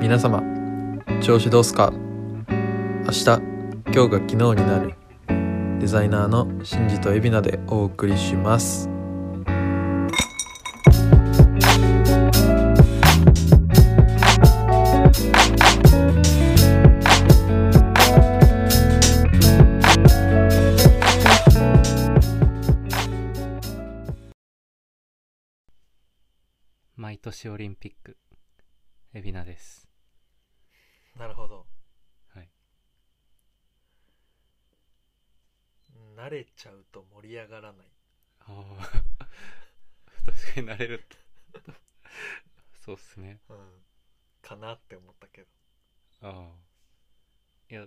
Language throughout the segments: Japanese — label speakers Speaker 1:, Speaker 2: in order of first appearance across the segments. Speaker 1: 皆様調子どうすか明日今日が昨日になるデザイナーのシンジとエビナでお送りします
Speaker 2: 毎年オリンピックエビナです
Speaker 1: なるほど
Speaker 2: はい
Speaker 1: 慣れちゃうと盛り上がらない
Speaker 2: ああ 確かに慣れると そうっすね
Speaker 1: うんかなって思ったけど
Speaker 2: ああいや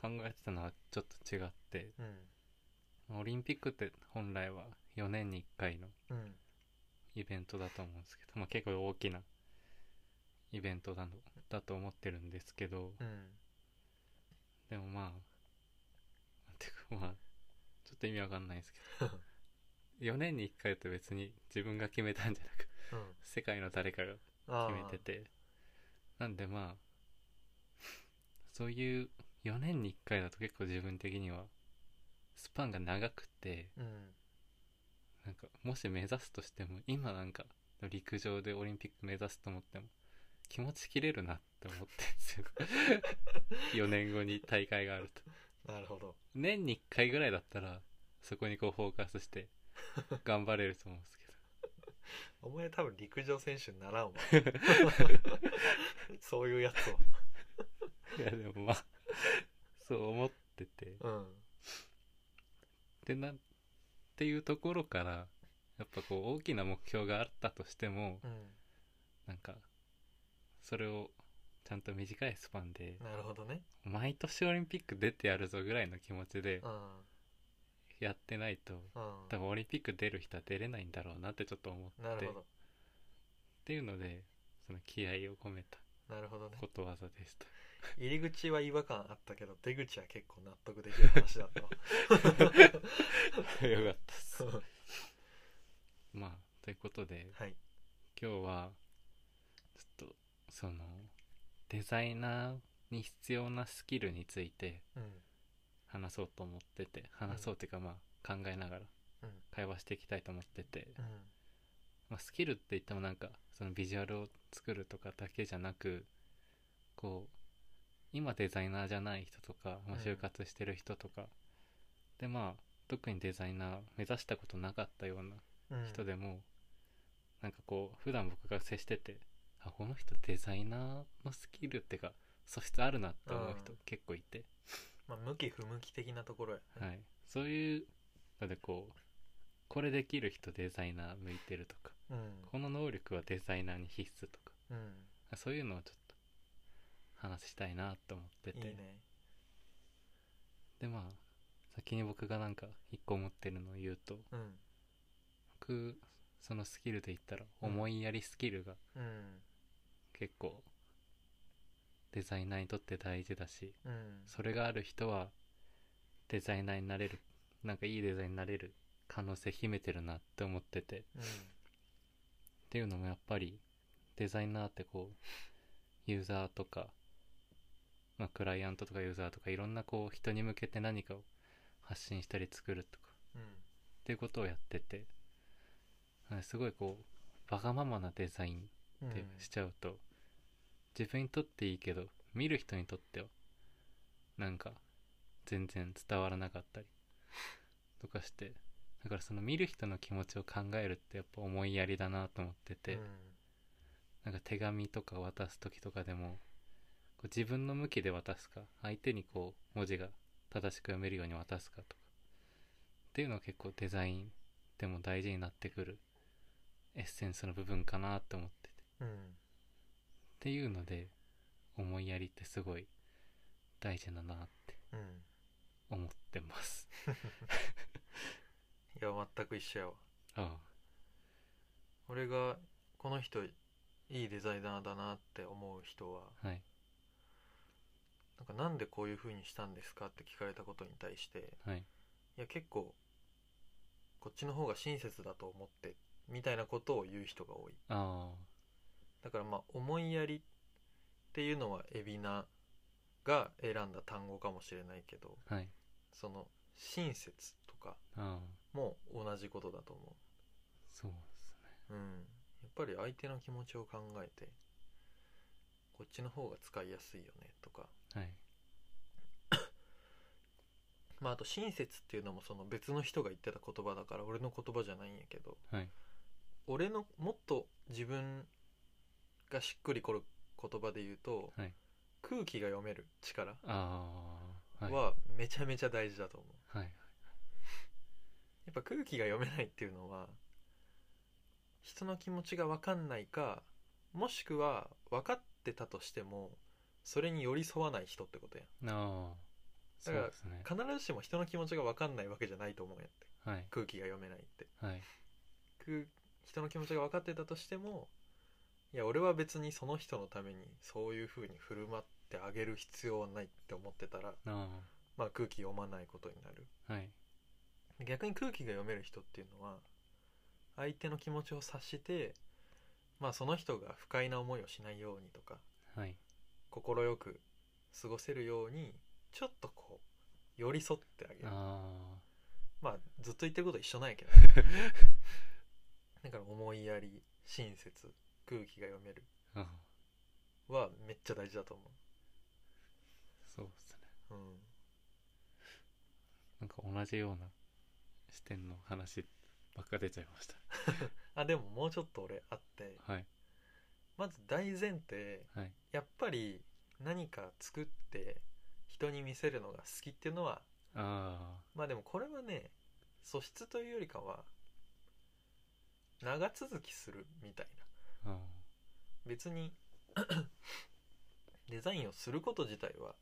Speaker 2: 考えてたのはちょっと違って
Speaker 1: うん
Speaker 2: オリンピックって本来は4年に1回の
Speaker 1: うん
Speaker 2: イベントだと思うんですけど、まあ、結構大きなイベントだのだと思ってるんですけど
Speaker 1: うん
Speaker 2: でもまあなんていうかまあちょっと意味わかんないですけ ど4年に1回と別に自分が決めたんじゃなく
Speaker 1: うん
Speaker 2: 世界の誰かが
Speaker 1: あ
Speaker 2: 決めててなんでまあそういう4年に1回だと結構自分的にはスパンが長くて
Speaker 1: ーうん
Speaker 2: なんかもし目指すとしても今なんか陸上でオリンピック目指すと思っても気持ち切れるなって思ってるんですよ4年後に大会があると
Speaker 1: なるほど
Speaker 2: 年に1回ぐらいだったらそこにこうフォーカスして頑張れると思うんですけど
Speaker 1: お前多分陸上選手にならん わそういうやつ
Speaker 2: いやでもまあそう思ってて
Speaker 1: は
Speaker 2: でなっていうところからやっぱこう大きな目標があったとしても
Speaker 1: うんうん
Speaker 2: なんかそれをちゃんと短いスパンで
Speaker 1: なるほどね
Speaker 2: 毎年オリンピック出てやるぞぐらいの気持ちで
Speaker 1: うん
Speaker 2: やってないと
Speaker 1: うん
Speaker 2: 多分オリンピック出る人は出れないんだろうなってちょっと思
Speaker 1: な
Speaker 2: って
Speaker 1: る
Speaker 2: っ
Speaker 1: ほど
Speaker 2: ていうのでその気合を込めた
Speaker 1: なるほどね
Speaker 2: ことわざでした
Speaker 1: 入り口は違和感あったけど出口は結構納得できる話だった わ
Speaker 2: よかったっす
Speaker 1: うん
Speaker 2: まあということで
Speaker 1: はい
Speaker 2: 今日はちょっとそのデザイナーに必要なスキルについて
Speaker 1: うん
Speaker 2: 話そうと思ってて話そうっていうかまあ考えながら
Speaker 1: うん
Speaker 2: 会話していきたいと思ってて、
Speaker 1: うん
Speaker 2: まあ、スキルって言ってもなんかそのビジュアルを作るとかだけじゃなくこう今デザイナーじゃない人とか、まあ、
Speaker 1: うん
Speaker 2: 就活してる人とか、でまあ特にデザイナー目指したことなかったような
Speaker 1: うん
Speaker 2: 人でも、なんかこう普段僕が接しててあこの人デザイナーのスキルっていうか素質あるなって思う人
Speaker 1: うん
Speaker 2: 結構いて、
Speaker 1: まあ向き不向き的なところやね
Speaker 2: はい、そういうのでこうこれできる人デザイナー向いてるとか
Speaker 1: うん
Speaker 2: この能力はデザイナーに必須とか
Speaker 1: うん
Speaker 2: そういうのをちょっと話したいなと思って
Speaker 1: い
Speaker 2: て
Speaker 1: いね
Speaker 2: でまあ先に僕がなんか一個持ってるのを言うと
Speaker 1: うん
Speaker 2: 僕そのスキルで言ったら
Speaker 1: うん
Speaker 2: 思いやりスキルが
Speaker 1: うん
Speaker 2: 結構デザイナーにとって大事だし
Speaker 1: うん
Speaker 2: それがある人はデザイナーになれるなんかいいデザインになれる可能性秘めてるなって思っててっ
Speaker 1: うん
Speaker 2: ていうのもやっぱりデザイナーってこうユーザーとか、まあ、クライアントとかユーザーとかいろんなこう人に向けて何かを発信したり作るとか
Speaker 1: うん
Speaker 2: っていうことをやっててあすごいこうわがままなデザイン
Speaker 1: うん
Speaker 2: ってしちゃうと、自分にとっていいけど見る人にとってはなんか全然伝わらなかったりとかしてだからその見る人の気持ちを考えるってやっぱ思いやりだなと思ってて、
Speaker 1: うん
Speaker 2: なんか手紙とか渡す時とかでもこう自分の向きで渡すか相手にこう文字が正しく読めるように渡すかとかっていうのは結構デザインでも大事になってくるエッセンスの部分かなと思ってて。
Speaker 1: うん
Speaker 2: っていうので思いやりってすごい大事だなって
Speaker 1: うん
Speaker 2: 思ってます
Speaker 1: いや全く一緒やわ
Speaker 2: あ
Speaker 1: 俺がこの人いいデザイナーだなって思う人は
Speaker 2: あはい
Speaker 1: なんかなんでこういう風にしたんですかって聞かれたことに対して
Speaker 2: はい
Speaker 1: いや結構こっちの方が親切だと思ってみたいなことを言う人が多い
Speaker 2: あ
Speaker 1: だからまあ思いやりっっていうのは海老名が選んだ単語かもしれないけど
Speaker 2: はい
Speaker 1: その親切とか
Speaker 2: ああ
Speaker 1: も同じことだと思
Speaker 2: そうですね
Speaker 1: う、うん、やっぱり相手の気持ちを考えてこっちの方が使いやすいよねとか、
Speaker 2: はい
Speaker 1: まあ、あと親切っていうのもその別の人が言ってた言葉だから俺の言葉じゃないんやけど
Speaker 2: はい
Speaker 1: 俺のもっと自分がしっくりこる言葉で言うと、
Speaker 2: はい
Speaker 1: 空気が読める力
Speaker 2: ああはい
Speaker 1: はめちゃめちゃ大事だと思う、
Speaker 2: はい
Speaker 1: やっぱ空気が読めないっていうのは人の気持ちが分かんないかもしくは分かってたとしてもそれに寄り添わない人ってことやん
Speaker 2: ああそ
Speaker 1: だ
Speaker 2: う
Speaker 1: から
Speaker 2: ですね
Speaker 1: 必ずしも人の気持ちが分かんないわけじゃないと思うんやって
Speaker 2: はい
Speaker 1: 空気が読めないって
Speaker 2: はい
Speaker 1: 空人の気持ちが分かってたとしてもいや俺は別にその人のためにそういう風に振る舞ってあげる必要はないって思ってたら、
Speaker 2: あ
Speaker 1: まあ、空気読まないことになる
Speaker 2: あはい
Speaker 1: 逆に空気が読める人っていうのは相手の気持ちを察して、まあ、その人が不快な思いをしないようにとか
Speaker 2: はい
Speaker 1: 快く過ごせるようにちょっとこう寄り添ってあげる
Speaker 2: あ
Speaker 1: まあずっと言ってること一緒なんやけどだから思いやり親切空気が読める
Speaker 2: あああ
Speaker 1: はめっちゃ大事だと思
Speaker 2: そうですね
Speaker 1: う、うん、
Speaker 2: なんか同じような視点の話ばっか出ちゃいました
Speaker 1: あでももうちょっと俺あって
Speaker 2: はい
Speaker 1: まず大前提
Speaker 2: はい
Speaker 1: やっぱり何か作って人に見せるのが好きっていうのは
Speaker 2: あ
Speaker 1: まあでもこれはね素質というよりかは長続きするみたいな
Speaker 2: あああ
Speaker 1: 別にデザインをすること自体は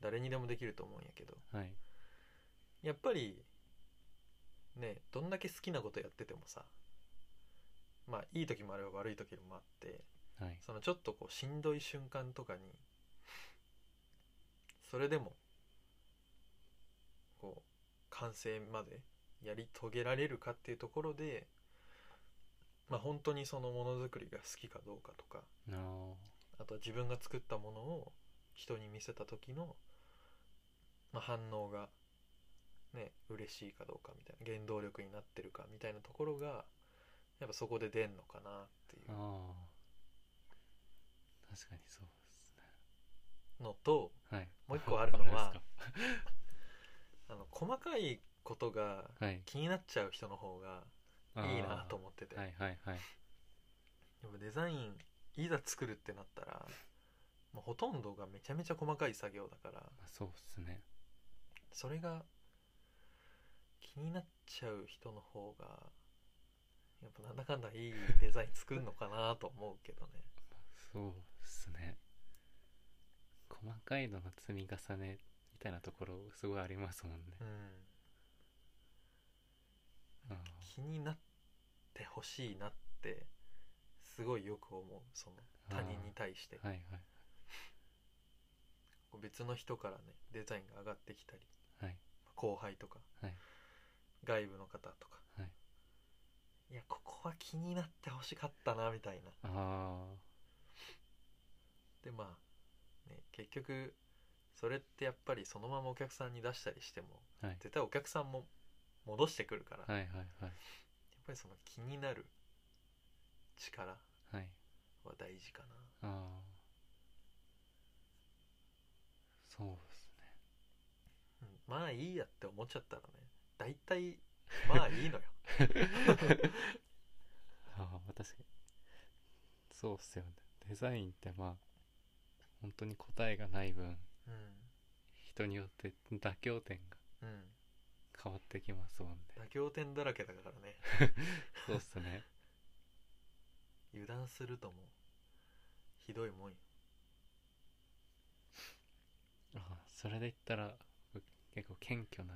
Speaker 1: 誰にでもできると思うんやけど
Speaker 2: はい
Speaker 1: やっぱりねどんだけ好きなことやっててもさまあいい時もあれば悪い時もあって
Speaker 2: はい
Speaker 1: そのちょっとこうしんどい瞬間とかにそれでもこう完成までやり遂げられるかっていうところでまあ本当にそのものづくりが好きかどうかとか
Speaker 2: ああ
Speaker 1: あとは自分が作ったものを人に見せた時の、まあ、反応がね嬉しいかどうかみたいな原動力になってるかみたいなところがやっぱそこで出んのかなってい
Speaker 2: ああ確かにそうですね
Speaker 1: うのと
Speaker 2: はい
Speaker 1: もう一個あるのは
Speaker 2: あれで
Speaker 1: あの細かいことが
Speaker 2: すかはい
Speaker 1: 気になっちゃう人の方が
Speaker 2: あー
Speaker 1: いいなと思ってて、
Speaker 2: はいはいはい
Speaker 1: でもデザインいざ作るってなったらもうほとんどがめちゃめちゃ細かい作業だから
Speaker 2: まあそうですね
Speaker 1: それが気になっちゃう人の方がやっぱなんだかんだいいデザイン作るのかなと思うけどね
Speaker 2: そうですね細かいのの積み重ねみたいなところすごいありますもんね
Speaker 1: うん
Speaker 2: あ
Speaker 1: 気になってほしいなってすごいよく思うその他人に対して
Speaker 2: ーはい
Speaker 1: こう別の人からねデザインが上がってきたり
Speaker 2: はいはい
Speaker 1: 後輩とか
Speaker 2: はい
Speaker 1: 外部の方とか
Speaker 2: はい
Speaker 1: いやここは気になってほしかったなみたいな
Speaker 2: あ
Speaker 1: でまあ、ね、結局それってやっぱりそのままお客さんに出したりしても
Speaker 2: あはい
Speaker 1: 絶対お客さんも戻してくるから、やっ
Speaker 2: はいはいはい
Speaker 1: ぱりその気になる力は
Speaker 2: はい
Speaker 1: 大事かな
Speaker 2: ああそうです
Speaker 1: う
Speaker 2: ね
Speaker 1: ん、まあいいやって思っちゃったらね大体まあいい のよ
Speaker 2: ああ確かにそうっすよねデザインってまあ本当に答えがない分
Speaker 1: う
Speaker 2: 人によって妥協点が
Speaker 1: ん、うん、
Speaker 2: 変わってきます もんね
Speaker 1: 妥協点だらけだからね
Speaker 2: そうっすね
Speaker 1: 油断するともうひどいもんよ
Speaker 2: ああそれで言ったら僕結構謙虚な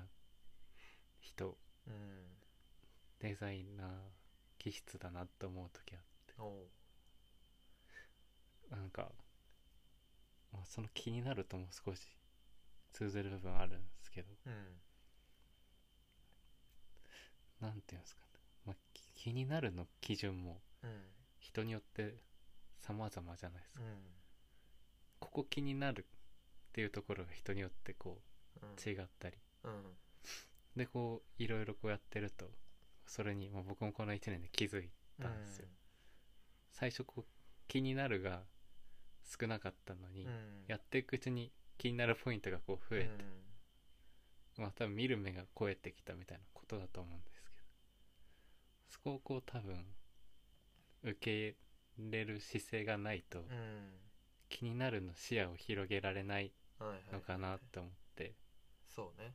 Speaker 2: 人
Speaker 1: うん
Speaker 2: デザイナー気質だなと思う時は
Speaker 1: おう
Speaker 2: なんか、まあ、その気になるとも少し通ずる部分あるんですけど
Speaker 1: うん
Speaker 2: なんていうんですかね、まあ、き気になるの基準も
Speaker 1: うん
Speaker 2: 人によって様々じゃないです
Speaker 1: う
Speaker 2: か、
Speaker 1: ん
Speaker 2: ここ気になるっていうところが人によってこう違ったり
Speaker 1: うんうん
Speaker 2: でこういろいろこうやってるとそれに、まあ、僕もこの1年で気づいたんですよ、最初こう気になるが少なかったのに、
Speaker 1: うん
Speaker 2: やっていくうちに気になるポイントがこう増えて、まあ多分見る目が超えてきたみたいなことだと思うんですけどそこをこう多分受け入れる姿勢がないと、
Speaker 1: うん
Speaker 2: 気になるの視野を広げられない
Speaker 1: うんはいはい
Speaker 2: のかなって思って、
Speaker 1: そうね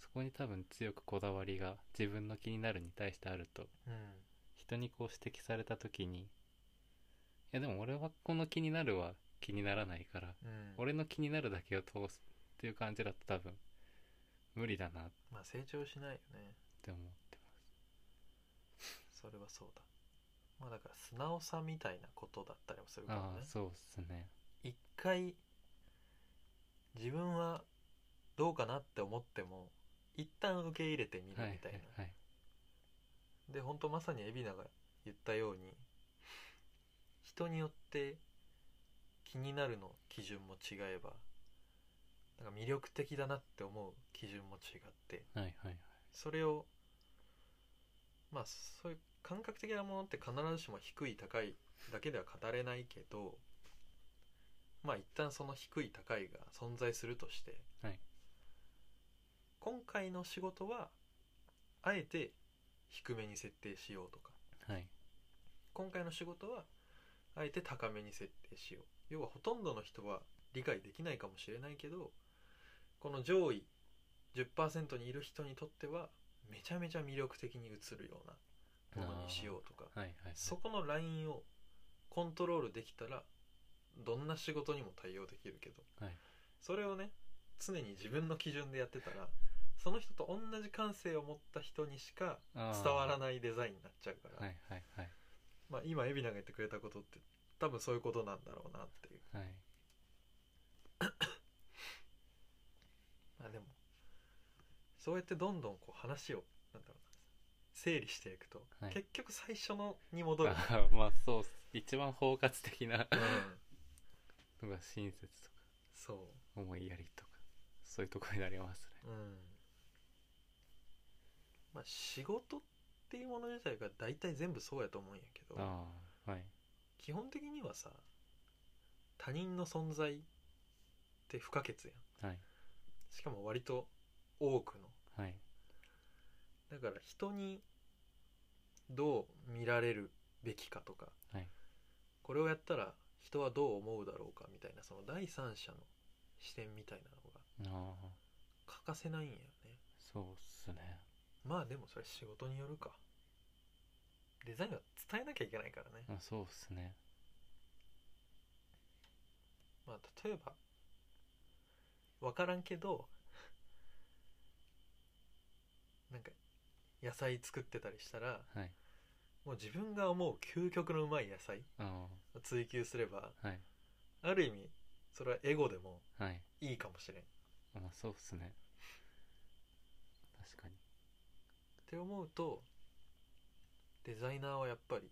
Speaker 2: そこに多分強くこだわりが自分の気になるに対してあると
Speaker 1: うん
Speaker 2: 人にこう指摘された時にいやでも俺はこの気になるは気にならないから
Speaker 1: うん
Speaker 2: 俺の気になるだけを通すっていう感じだと多分無理だなっ
Speaker 1: まあ成長しないよね
Speaker 2: て思ってます
Speaker 1: それはそうだまあだから素直さみたいなことだったりもするから
Speaker 2: ああ
Speaker 1: ね
Speaker 2: そうっすね
Speaker 1: 一回自分はどうかなって思っても一旦受け入れてみる
Speaker 2: はいはい
Speaker 1: みたいな、
Speaker 2: はい
Speaker 1: で本当まさに海老名が言ったように人によって気になるの基準も違えばなんか魅力的だなって思う基準も違って
Speaker 2: はいはいはい
Speaker 1: それをまあそういう感覚的なものって必ずしも低い高いだけでは語れないけどまあ一旦その低い高いが存在するとして、
Speaker 2: はい
Speaker 1: 今回の仕事はあえて低めに設定しようとか
Speaker 2: はい
Speaker 1: 今回の仕事はあえて高めに設定しよう要はほとんどの人は理解できないかもしれないけどこの上位10%にいる人にとってはめちゃめちゃ魅力的に映るようなものにしようとか
Speaker 2: はいはいはい
Speaker 1: そこのラインをコントロールできたらどんな仕事にも対応できるけど
Speaker 2: はい
Speaker 1: それをね常に自分の基準でやってたらその人と同じ感性を持った人にしか伝わら
Speaker 2: い
Speaker 1: ないデザインになっちゃうから、
Speaker 2: はいはいはい
Speaker 1: まあ、今海老名が言ってくれたことって多分そういうことなんだろうなっていう
Speaker 2: はい
Speaker 1: まあでもそうやってどんどんこう話をなんだろうな整理していくと、
Speaker 2: はい
Speaker 1: 結局最初のに戻 る、
Speaker 2: あーまあそうっす一番包括的な
Speaker 1: うん、
Speaker 2: のが親切とか
Speaker 1: そ
Speaker 2: 思いやりとかそういうとこになりますね
Speaker 1: ううんまあ仕事っていうもの自体が大体全部そうやと思うんやけど
Speaker 2: ああはい
Speaker 1: 基本的にはさ他人の存在って不可欠やん
Speaker 2: はい
Speaker 1: しかも割と多くの
Speaker 2: はい
Speaker 1: だから人にどう見られるべきかとか、
Speaker 2: はい
Speaker 1: これをやったら人はどう思うだろうかみたいなその第三者の視点みたいなのが
Speaker 2: ああ
Speaker 1: 欠かせないんやね
Speaker 2: そうっすね
Speaker 1: まあでもそれ仕事によるかデザインは伝えなきゃいけないからね、
Speaker 2: あそうっすね
Speaker 1: まあ例えば分からんけど なんか野菜作ってたりしたら
Speaker 2: はい
Speaker 1: もう自分が思う究極のうまい野菜
Speaker 2: あ
Speaker 1: を追求すれば
Speaker 2: あはい
Speaker 1: ある意味それはエゴでも
Speaker 2: はい
Speaker 1: いいかもしれんっ
Speaker 2: まあそうっすね確かに
Speaker 1: て思うとデザイナーはやっぱり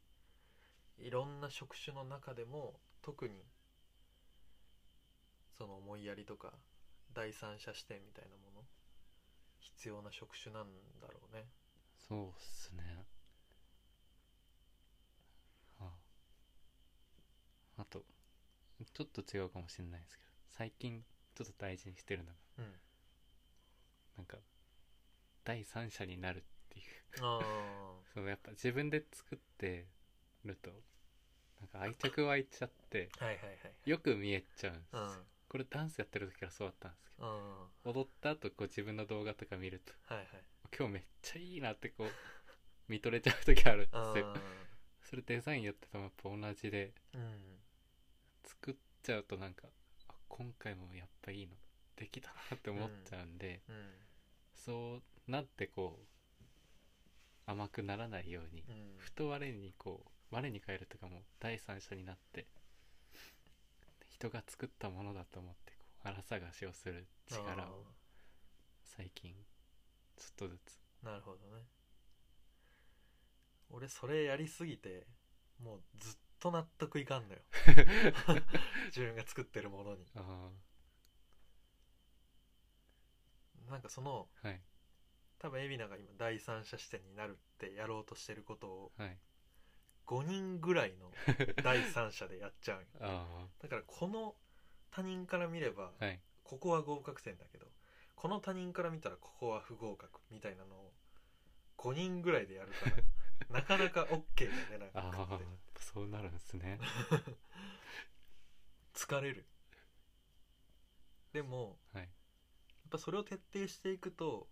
Speaker 1: いろんな職種の中でも特にその思いやりとか第三者視点みたいなもの必要な職種なんだろうね
Speaker 2: そうっすねあああとちょっと違うかもしれないですけど最近ちょっと大事にしてるのが
Speaker 1: うん
Speaker 2: なんか第三者になるっていう
Speaker 1: ああ
Speaker 2: そ のやっぱ自分で作ってるとなんか愛着湧いちゃって
Speaker 1: はいはいはい
Speaker 2: よく見えちゃうんです
Speaker 1: うん
Speaker 2: よこれダンスやってる時からそうだったんですけ
Speaker 1: うんは
Speaker 2: ど踊った後こう自分の動画とか見ると
Speaker 1: いはい
Speaker 2: 今日めっちゃいいなってこう見とれちゃう時あるんで
Speaker 1: あ
Speaker 2: すよそれデザインやっててもやっぱ同じで
Speaker 1: ーうん
Speaker 2: 作っちゃうとなんかあ今回もやっぱいいのできたなって思っちゃうんで、
Speaker 1: うん
Speaker 2: そうなってこう甘くならないように
Speaker 1: うん
Speaker 2: ふと我にこう我に返るとかもう第三者になって人が作ったものだと思ってこう荒探しをする力を最近ちょっとずつ
Speaker 1: なるほどね俺それやりすぎてもうずっと納得いかん のよ自分が作ってるものに
Speaker 2: あ
Speaker 1: なんかその
Speaker 2: あはい
Speaker 1: 多分海老名が今第三者視点になるってやろうとしてることを
Speaker 2: はい
Speaker 1: 5人ぐらいの第三者でやっちゃう んよ
Speaker 2: あ
Speaker 1: だからこの他人から見れば
Speaker 2: あはい
Speaker 1: ここは合格点だけどこの他人から見たらここは不合格みたいなのを5人ぐらいでやるから なかなか OK だねなんか
Speaker 2: ああそうなるんですね
Speaker 1: 疲れるでも
Speaker 2: はい
Speaker 1: やっぱそれを徹底していくと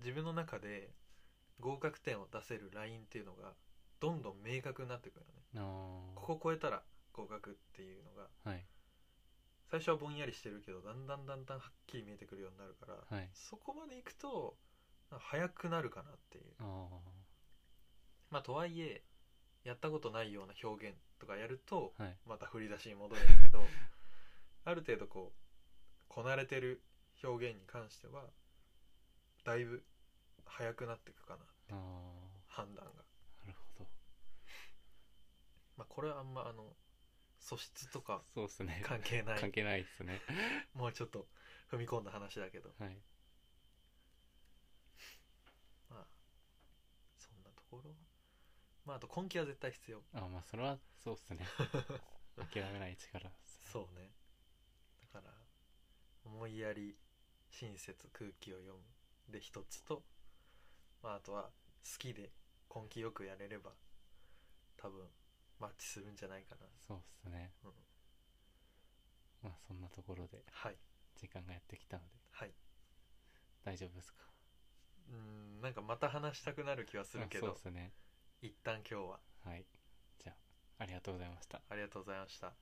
Speaker 1: 自分の中で合格点を出せるラインっていうのがどんどん明確になってくるよね
Speaker 2: ああ
Speaker 1: ここ超えたら合格っていうのが
Speaker 2: はい
Speaker 1: 最初はぼんやりしてるけどだんだんだんだんはっきり見えてくるようになるから、
Speaker 2: はい
Speaker 1: そこまでいくとなんか早くなるかなっていう
Speaker 2: あ
Speaker 1: まあとはいえやったことないような表現とかやると
Speaker 2: あはい
Speaker 1: また振り出しに戻るんだけどある程度こうこなれてる表現に関してはだいぶ早くなっていくかな
Speaker 2: ああ
Speaker 1: 判断が、
Speaker 2: なるほど
Speaker 1: まあ、これはあんまあの素質とか
Speaker 2: そうですね
Speaker 1: 関係ない
Speaker 2: 関係ないですね
Speaker 1: もうちょっと踏み込んだ話だけど
Speaker 2: はい
Speaker 1: まあそんなところまああと根気は絶対必要
Speaker 2: あまあそれはそうっ すね諦めない力っすね
Speaker 1: そうねだから思いやり親切空気を読むで一つと、まあ、あとは好きで根気よくやれれば多分マッチするんじゃないかな
Speaker 2: そうっすね、
Speaker 1: うん
Speaker 2: まあそんなところで
Speaker 1: はい
Speaker 2: 時間がやってきたので
Speaker 1: はい
Speaker 2: 大丈夫ですか
Speaker 1: うーんなんかまた話したくなる気はするけ
Speaker 2: まあ
Speaker 1: ど
Speaker 2: そうっすね
Speaker 1: 一旦今日は
Speaker 2: はいじゃあありがとうございました
Speaker 1: ありがとうございました